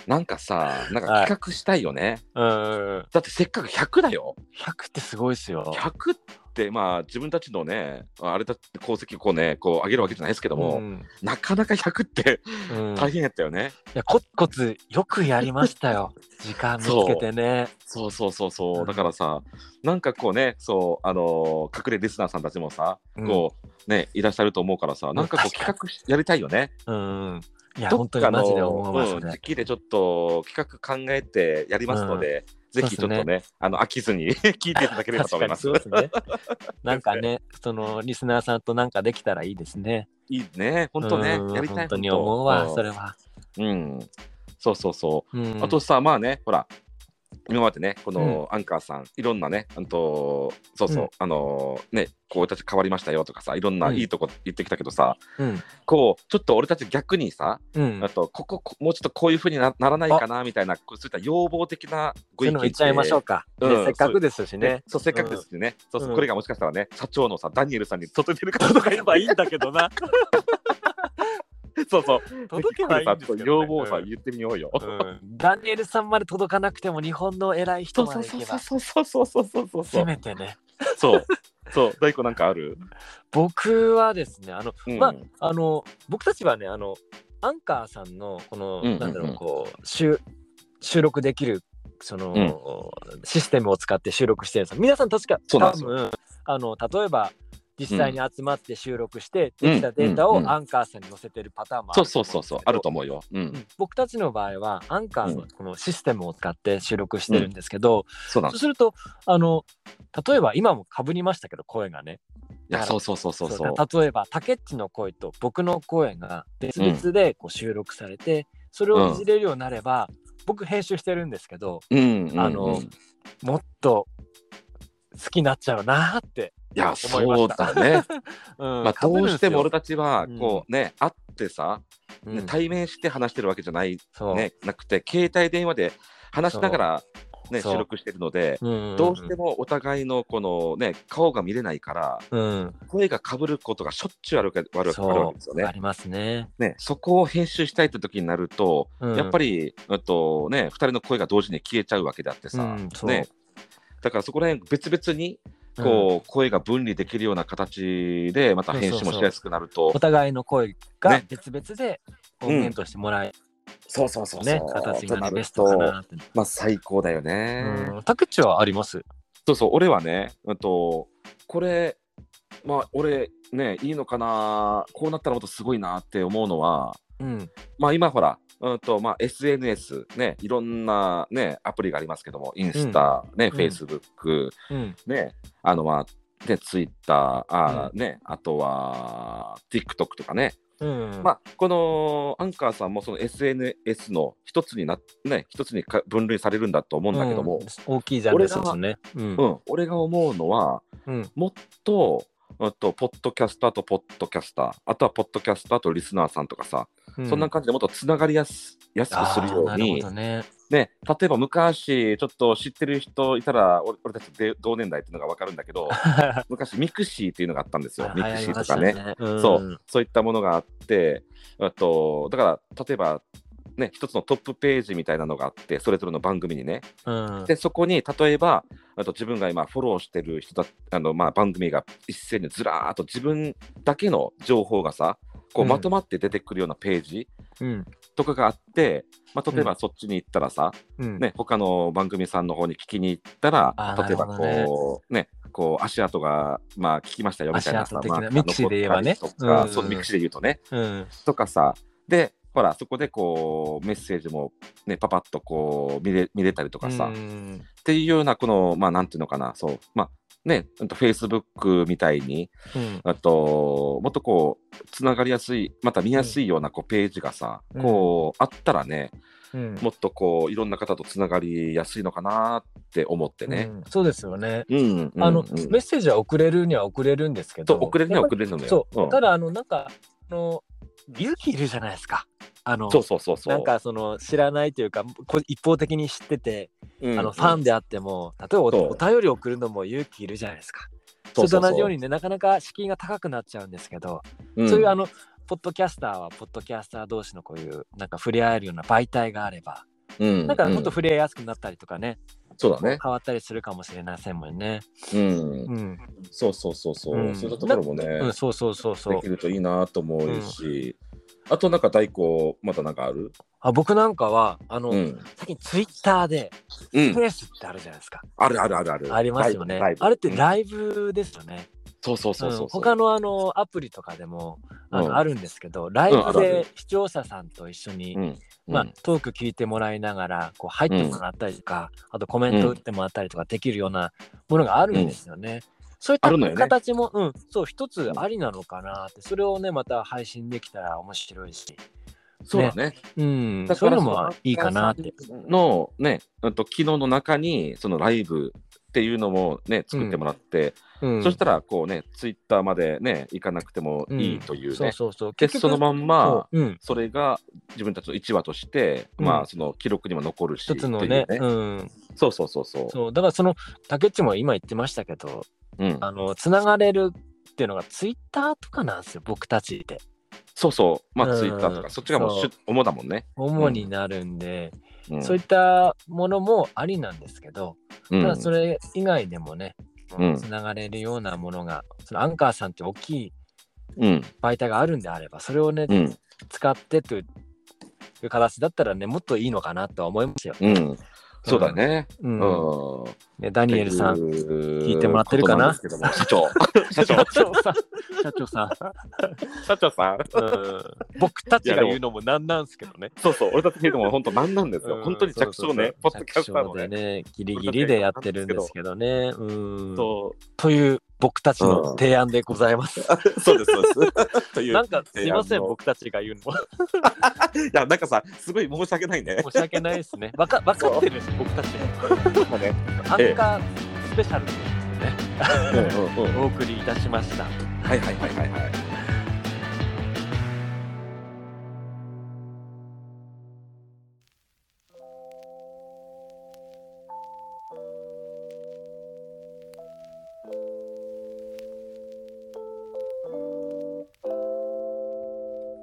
B: うなんかさなんか企画したいよね、
A: うん
B: だってせっかく100だよ
A: 100ってすごいですよ。
B: 100ってまあ自分たちのねあれだって功績をこうねこう上げるわけじゃないですけども、
A: うん
B: なかなか100って
A: うん、
B: 大
A: い
B: 変やったよね、
A: やコツコツよくやりましたよ時間見つけてね。
B: そうそうそう
A: う
B: そ
A: ん
B: うだからさなんかこうねそうあのー隠れリスナーさんたちもさ
A: うん
B: こうねいらっしゃると思うからさなんかこう
A: 確かに
B: 企画しやりたいよね
A: うんうん、いや
B: ど
A: 本
B: っ
A: 当に
B: か
A: マ
B: の
A: ジで思うわ
B: う
A: そ
B: ん
A: れ
B: 時。期でちょっと企画考えてやりますのでぜひちょっ
A: そ
B: と
A: う
B: ねあの飽きずに 聞いていただければと
A: 確か
B: 思いま
A: に
B: す
A: そうですね。 なんかね、そのリスナーさんとなんかできたらいいですね。
B: いいね本当ね
A: うん
B: やりたい
A: 本当に思うわ、それは。
B: うんそうそうそう
A: うん
B: あとさ、まあね、ほら、今までね、このアンカーさん、いろんなね、あんと、そうそう、
A: うん
B: あのーね、こう、俺たち変わりましたよとかさ、いろんな
A: うん
B: いいとこ言ってきたけどさ、
A: うん、
B: こう、ちょっと俺たち逆にさ、
A: うん
B: あ、と、ここ、こもうちょっとこういうふうになならないかなみたいな、こうそういった要望的な
A: そ
B: ご
A: ういう
B: 意
A: の
B: 見
A: も言っちゃいましょうか。ね
B: うん
A: せっかくですし
B: ね
A: ね。
B: そう、せっかくですしね、そうそうう、
A: ん
B: これがもしかしたらね、社長のさ、ダニエルさんに届いてるかとか言えばいいんだけどな。 そうそう、
A: 届けばいいんですけどね
B: ぜひ要望をさ、
A: うん
B: 言ってみようよ。
A: うんダニエルさんまで届かなくても日本の偉い人
B: そう
A: ま
B: そう
A: で行
B: そう
A: けば
B: そうそうそうそうそうそう そ
A: せ
B: う。
A: めてね
B: そう。そう。大工なんかある、
A: 僕はですねあの
B: うん
A: まああの僕たちはねあのアンカーさんのこの、
B: うんうんうん
A: なんだろうこう収収録できるその、システムを使って収録してるんですよ皆さん確か
B: そうなん
A: 多
B: ですよ
A: 分あの例えば実際に集まって収録して、できたデータ
B: うんうんう
A: を
B: ん
A: アンカーさんに載せてるパターンもあ
B: そう
A: る
B: そ
A: 思
B: うそ
A: ん
B: う
A: です
B: そう
A: けど
B: あると思うよ。うん、
A: 僕たちの場合はアンカーのこのシステムを使って収録してるんですけど、
B: そうなん
A: そう
B: です。
A: するとあの例えば今もかぶりましたけど声がね
B: いや、そうそうそうそうそう。
A: 例えばタケッチの声と僕の声が別々でこう収録されて、それをいじれるようになれば、僕編集してるんですけど
B: うん、うん、
A: あの
B: うんい
A: もっと好きになっちゃうなーって、
B: や、
A: 思いま
B: そ
A: し
B: う
A: た
B: だ ね。
A: うん
B: まあ、どうしても俺
A: た
B: たちは
A: うん、
B: こうね、会ってさ、ね対面して話してるわけじゃない、
A: そう、
B: ね、なくて、携帯電話で話しながら、ね、
A: そう
B: 収録してるので、
A: うんんん
B: どうしてもお互いのこのね、顔が見れないから、
A: うん、
B: 声がかぶることがしょっちゅうあるわけあるあるわ
A: そ
B: けですよ
A: う
B: ね
A: あ。りますね、
B: ね、そこを編集したいって時になると、やっぱ
A: り
B: り、えっとね、2人の声が同時に消えちゃうわけであってさ、
A: うんそう
B: ね、だからそこら辺別々にこう、声が分離できるような形でまた編集もしやすくなると
A: お互いの声が
B: ね
A: 別々で音源としてもらえる
B: そうそうそ
A: ね、形がねベストかなって、
B: まあ最高だよね、
A: うん、タケッチはあります
B: そうそう俺はね、えっと、これまあ俺ねいいのかなこうなったらもっとすごいなって思うのは
A: うん
B: まあ今ほら、うんとまあ、SNS ねいろんなねアプリがありますけどもインスタ、ね、
A: うん
B: Facebook、
A: うん
B: ね、あのまあ、ね、ツイッター、あーね、あとは TikTok とかね、
A: うん
B: まあ、このアンカーさんもその SNS の一つにな、ね、一つにか分類されるんだと思うんだけども、
A: うん大きいジャンルですよね。うん
B: うん、俺が思うのは、
A: うん
B: もっと、あと、ポッドキャスターとポッドキャスター、あとはポッドキャスターとリスナーさんとかさ、
A: う
B: そんな感じでもっとつながりやすやすくするように
A: あーなるほ、どね。
B: ね、例えば昔、ちょっと知ってる人いたら、俺俺たちとで同年代っていうのが分かるんだけど、 昔ミクシーっていうのがあったんですよ。ミクシーとかね。そ
A: そう
B: そういったものがあって、あとだから例えば、ね、一つのトップページみたいなのがあって、それぞれの番組にね。
A: うん。
B: で、そこに例えば、あと自分が今フォローしてる人だあの、まあ、番組が一斉にずらーっと自分だけの情報がさ、こう
A: うん
B: まとまって出てくるようなページ
A: うん。
B: とかがあって、まあ、例えばそっちに行ったらさ、
A: うん。
B: ね、他の番組さんの方に聞きに行ったら
A: あ、ー
B: 例えば
A: なる
B: こう、ね、こう足跡が、まあ、聞きましたよみたいな
A: 足跡的な
B: まあ
A: ミクシィで言えばね
B: 残ったりとか
A: うん
B: そうミクシィで言うとね、
A: うん。
B: とかさ、で、ほら、そこでこう、メッセージも、ね、パパッとこう見れ見れたりとかさ、
A: う
B: っ
A: ん
B: ていうような、この、まあ、なんていうのかな、そう、まあ、ね、フェイスブックみたいに、
A: うん
B: あと、もっとこう、つながりやすい、また見やすいようなこうページがさ、
A: うん
B: こう、あったらね、
A: うん
B: もっとこういろんな方とつながりやすいのかなって思ってね。
A: うんそうですよね。
B: うんうんうん
A: あの、メッセージは送れるには送れるんですけど、
B: そう遅れるには遅
A: れ
B: れるのよ。
A: そう、
B: ん
A: ただあのなんかあの勇気いるじゃないですか。あの
B: そうそうそうそう。
A: なんかその知らないというかこ一方的に知ってて、
B: うん、
A: あのファンであっても例えばお
B: そう
A: お便り送るのも勇気いるじゃないですか。
B: そ
A: そうれ
B: そ
A: と
B: うそう
A: 同じようにねなかなか敷居が高くなっちゃうんですけど、
B: うん、
A: そういうあのポッドキャスターはポッドキャスター同士のこういうなんか触れ合えるような媒体があれば、
B: うん、
A: なんか
B: う
A: もっと触れやすくなったりとかね、
B: そうだね。
A: 変わったりするかもしれませんもんね。
B: うん
A: う、ん、
B: そうそうそうそう、
A: うん
B: そういったところもね、
A: うん、そうそうそうそ
B: で
A: う
B: き。るといいなと思うし、あとなんか大工またなんかある？
A: あ僕なんかはあの、
B: うん、
A: 最近ツイッターで
B: う
A: ス
B: ん、
A: ペースってあるじゃないですか。
B: あるあるあるある。
A: ありますよね。あれって
B: イブ
A: ライブですよね。。
B: そうそうそうそううん
A: 他のあのアプリとかでもあの、
B: うん
A: あるんですけど、ライ
B: うんあ
A: ブ
B: るある
A: で視聴者さんと一緒に、
B: うん、
A: まあ、トーク聞いてもらいながらこう入ってもらったりとか、あとコメント打ってもらったりとかできるようなものがあるんですよね。そうい
B: あるのよ
A: っ
B: ね
A: た形も、うん、そう、一つありなのかなって、それをね、また配信できたら面白いし、
B: そうだね。
A: うん、
B: だ
A: そ
B: か
A: ういう
B: ら
A: のもいいかなって。。
B: のね、うんと昨日の中にそのライブっていうのもね作ってもらって、
A: うん、
B: そしたらこうねツイッターまでね行かなくてもいいというね。
A: そうそうそう。
B: で
A: 結局
B: そのまんま
A: そううん、
B: それが自分たちの一話として、
A: うん
B: まあその記録にも残るし
A: 一つの
B: っ
A: ね
B: ていう
A: うん、
B: そうそうそうそう
A: そうだからその竹内も今言ってましたけど
B: うん
A: あのつながれるっていうのがツイッターとかなんですよ僕たちって
B: そうそうま
A: う
B: あ
A: ん
B: ツイッターとかそっちがもう主主だもんね、
A: 主になるんで、
B: うん、
A: そういったものもありなんですけど、
B: うん
A: ただそれ以外でもね
B: うん
A: つながれるようなものがそのアンカーさんって大きい
B: うん
A: 媒体があるんであればそれをね、
B: うん
A: 使ってという形だったらねもっといいのかなとは思いますよ。
B: うんそうだね
A: う
B: うんん、
A: ねダニエルさん
B: 聞
A: いてもらってるかな
B: 社長社長
A: さん社長さん
B: 社長さん
A: うん僕たちが言うのもなんなんすけどね。
B: そうそう俺たち聞いても本当なんなんですよ、
A: うん
B: 本当に弱小ねポ
A: そう
B: ッ
A: そうそう
B: ドキャスターの
A: 弱小で
B: ね
A: ね、ギリギリでやってるんですけどね。うん。
B: そ
A: という僕たちの提案でございます。
B: うそうですそうですという
A: なんかすいませ
B: 提案
A: ん、
B: の
A: 僕たちが言う の。
B: いやなんかさすごい申し訳ないね
A: 申し訳ないですね。わかわかってるんです、僕たち
B: もうね
A: アンカースペシャルですね。
B: うんうんうん
A: お送りいたしました。
B: はいはいはいはいはい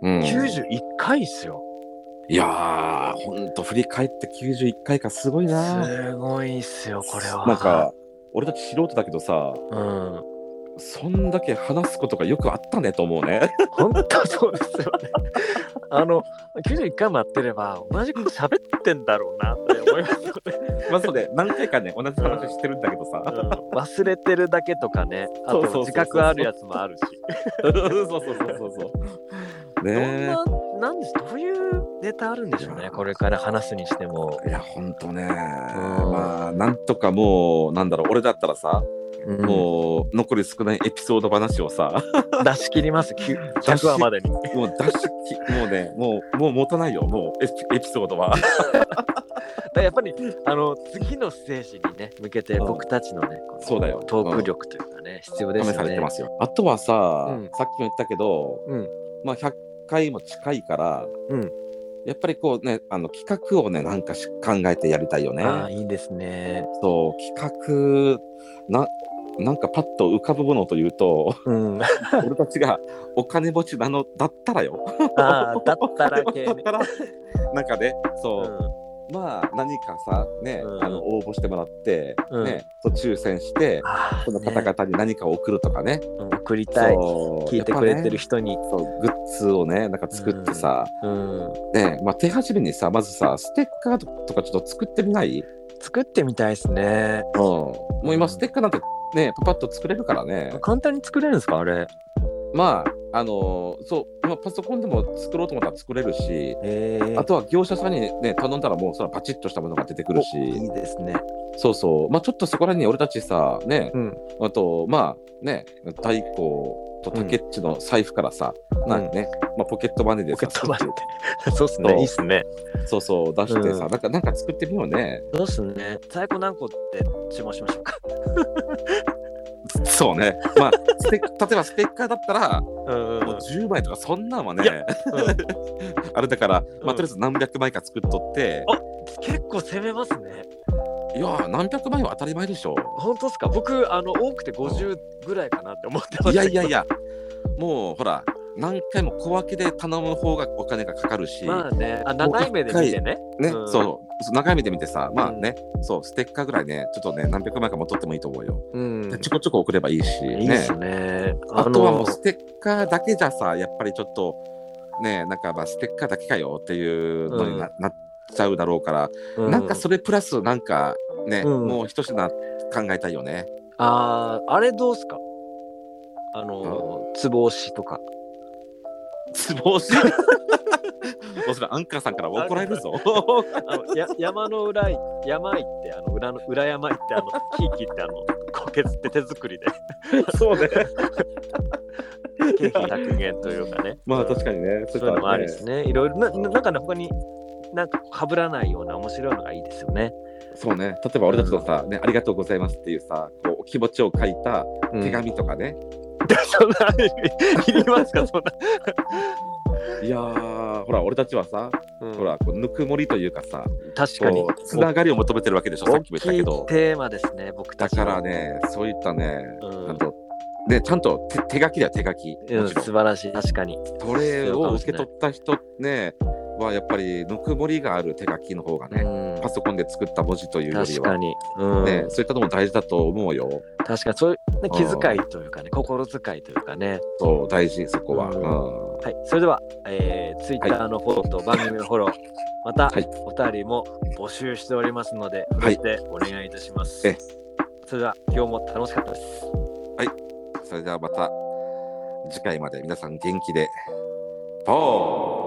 B: うん、
A: 91回っすよ。
B: いやーほんと振り返って91回かすごいな
A: すごいっすよ、これは。
B: なんか、俺たち素人だけどさ
A: うん。
B: そんだけ話すことがよくあったねと思うね
A: 本当そうですよね。あの、91回もやってれば、同じこと喋ってんだろうなって思いますよね。
B: まあそうで何回かね同じ話してるんだけどさ
A: 忘れてるだけとかね、あ
B: そうそうそうそう
A: と自覚あるやつもあるし。
B: そうそうそうそうそう
A: ど
B: ね
A: ん
B: え
A: な、なんです、どういうネタあるんでしょうね、これから話すにしても。
B: いやほんとねまあなんとかもうなんだろう俺だったらさ、
A: も
B: もう残り少ないエピソード話をさ
A: う 出し切ります、きゅ
B: 出し
A: 100話までに。
B: もう出しきもうねもうもう持たないよもうエピエピソードは
A: だからやっぱり、あの、次のステージにね、向けて
B: うん
A: 僕たちのね、この
B: そうだよ
A: トーク力というかね、必要で
B: 試
A: す
B: さ
A: よ
B: れて
A: ね
B: ま。すよあとはさ、
A: うん
B: さっきも言ったけど、
A: うん
B: まあ100回も近いから、
A: うん
B: やっぱりこうねあの企画をねなんかし考えてやりたいよね
A: ああ、いいですね。
B: そう企画ななんかパッと浮かぶものというと
A: うん。あ
B: 俺たちがお金持ちなのだったらよ
A: あ、だったら系
B: だ
A: ね
B: ったらなんかねそう、まあ何かさね、
A: うん
B: あの応募してもらって、
A: うん
B: ねそう抽選して
A: あ
B: その方々に何かを送るとかね
A: 々送りたい
B: そう
A: 聞いてくれてる
B: やっ
A: 人に、
B: ぱねそうグッズをねなんか作ってさ、
A: うん、
B: ねまあ、手始めにさまずさステッカーとかちょっと作ってみない、
A: 作ってみたいですね
B: うん、もう今ステッカーなんてねパパッと作れるからね
A: 簡単に作れるんですかあれ
B: まああのそう、まあ、パソコンでも作ろうと思ったら作れるし、
A: えー、
B: あとは業者さんに、ね、頼んだらもうそのパチッとしたものが出てくるし、
A: おいいですね。
B: そうそう、まあ、ちょっとそこら辺に俺たちさ、ね、
A: うん。
B: あと、まあね、太鼓と竹っちの財布からさ、なんかね、まあ、ポケットマネーで
A: ポ
B: さ
A: ケットまでで。 そうっすね。
B: そう
A: いいっすね。
B: そうそう出してさ、
A: うん
B: なんかなんか作ってみようね。
A: そうっすね。在庫何個って注文しましょうか。
B: そうね。まあ、ステッ例えばステッカーだ ったら、も
A: うん
B: う10枚とかそんなんはい
A: や
B: ね、 あれだから、ま
A: う
B: あ、
A: ん
B: とりあえず何百枚か作っとって、
A: 結構攻めますね。
B: いやー、何百枚は当たり前でしょ。
A: 本当っすか僕、あの、多くて50ぐらいかなって思ってま
B: い
A: した
B: や
A: けど。
B: いやいや、もうほら、何回も小分けで頼む方がお金がかかる し、
A: まあね、あ長い目で見てね。
B: ね、
A: うん
B: そう、そう長い目で見てさ、まあね、そう、ステッカーぐらいね、ちょっとね、何百枚か持っとってもいいと思うよ。
A: うん
B: でちょこちょこ送ればいいし、
A: いいで
B: ね
A: す。ね。
B: あとはもうステッカーだけじゃさ、やっぱりちょっと、ね、なんかまあステッカーだけかよっていうのにな,、なっちゃうだろうから、
A: あの
B: なんかそれプラスなんかね、
A: うん
B: もう一品考えたいよね。
A: あーあれどうっすかあのー、つぼ押しとか。
B: つぼ押しもうそれアンカーさんから怒られるぞ。
A: あのや 山の裏い、山井って、あの裏の裏山井って、あの、ひいきって、あの、こけつって手作りで、
B: そうね。
A: 経費削減というかね。
B: まあ確かにね、
A: そういうのもあるですね。いろいろな、ななんかね、他に、なんかかぶらないような面白いのがいいですよね。
B: そうね、例えば俺たちのさ、ね、ありがとうございますっていうさ、こう気持ちを書いた手紙とかね。
A: そんな、いりますか、そんな。
B: いやー、ほら、俺たちはさ、ほら、こうぬくもりというかさ、
A: 確かに
B: こ。うつながりを求めてるわけでしょ、さっ
A: 大
B: き
A: き
B: も
A: い
B: 言ったけど。
A: テーマですね、僕た
B: だ
A: ち
B: か
A: の
B: ら、ね、そういったね、
A: う
B: ちゃん
A: ん
B: と、ね、ちゃんと手手書きだよ、手書き。
A: う
B: も
A: ん、
B: ちろん
A: 素晴らしい、確かに。
B: それを受け取った人ね、はやっぱりぬくもりがある手書きの方がね、
A: うん
B: パソコンで作った文字というより
A: 確か
B: は、
A: に。うん
B: ね、そういったのも大事だと思うよ。
A: 確かにそういう、ね、
B: あ
A: 気
B: ー
A: 遣いというかね心遣いというかね
B: そう、大事、そこは。
A: う
B: うん
A: はいそれでは、えー、Twitter のフォローと番組のフォロー、また、
B: はい
A: お二人も募集しておりますので
B: は
A: 振
B: い
A: ってお願いいたします、
B: え
A: それでは今日も楽しかったです
B: それではまた次回まで皆さん元気で。ポー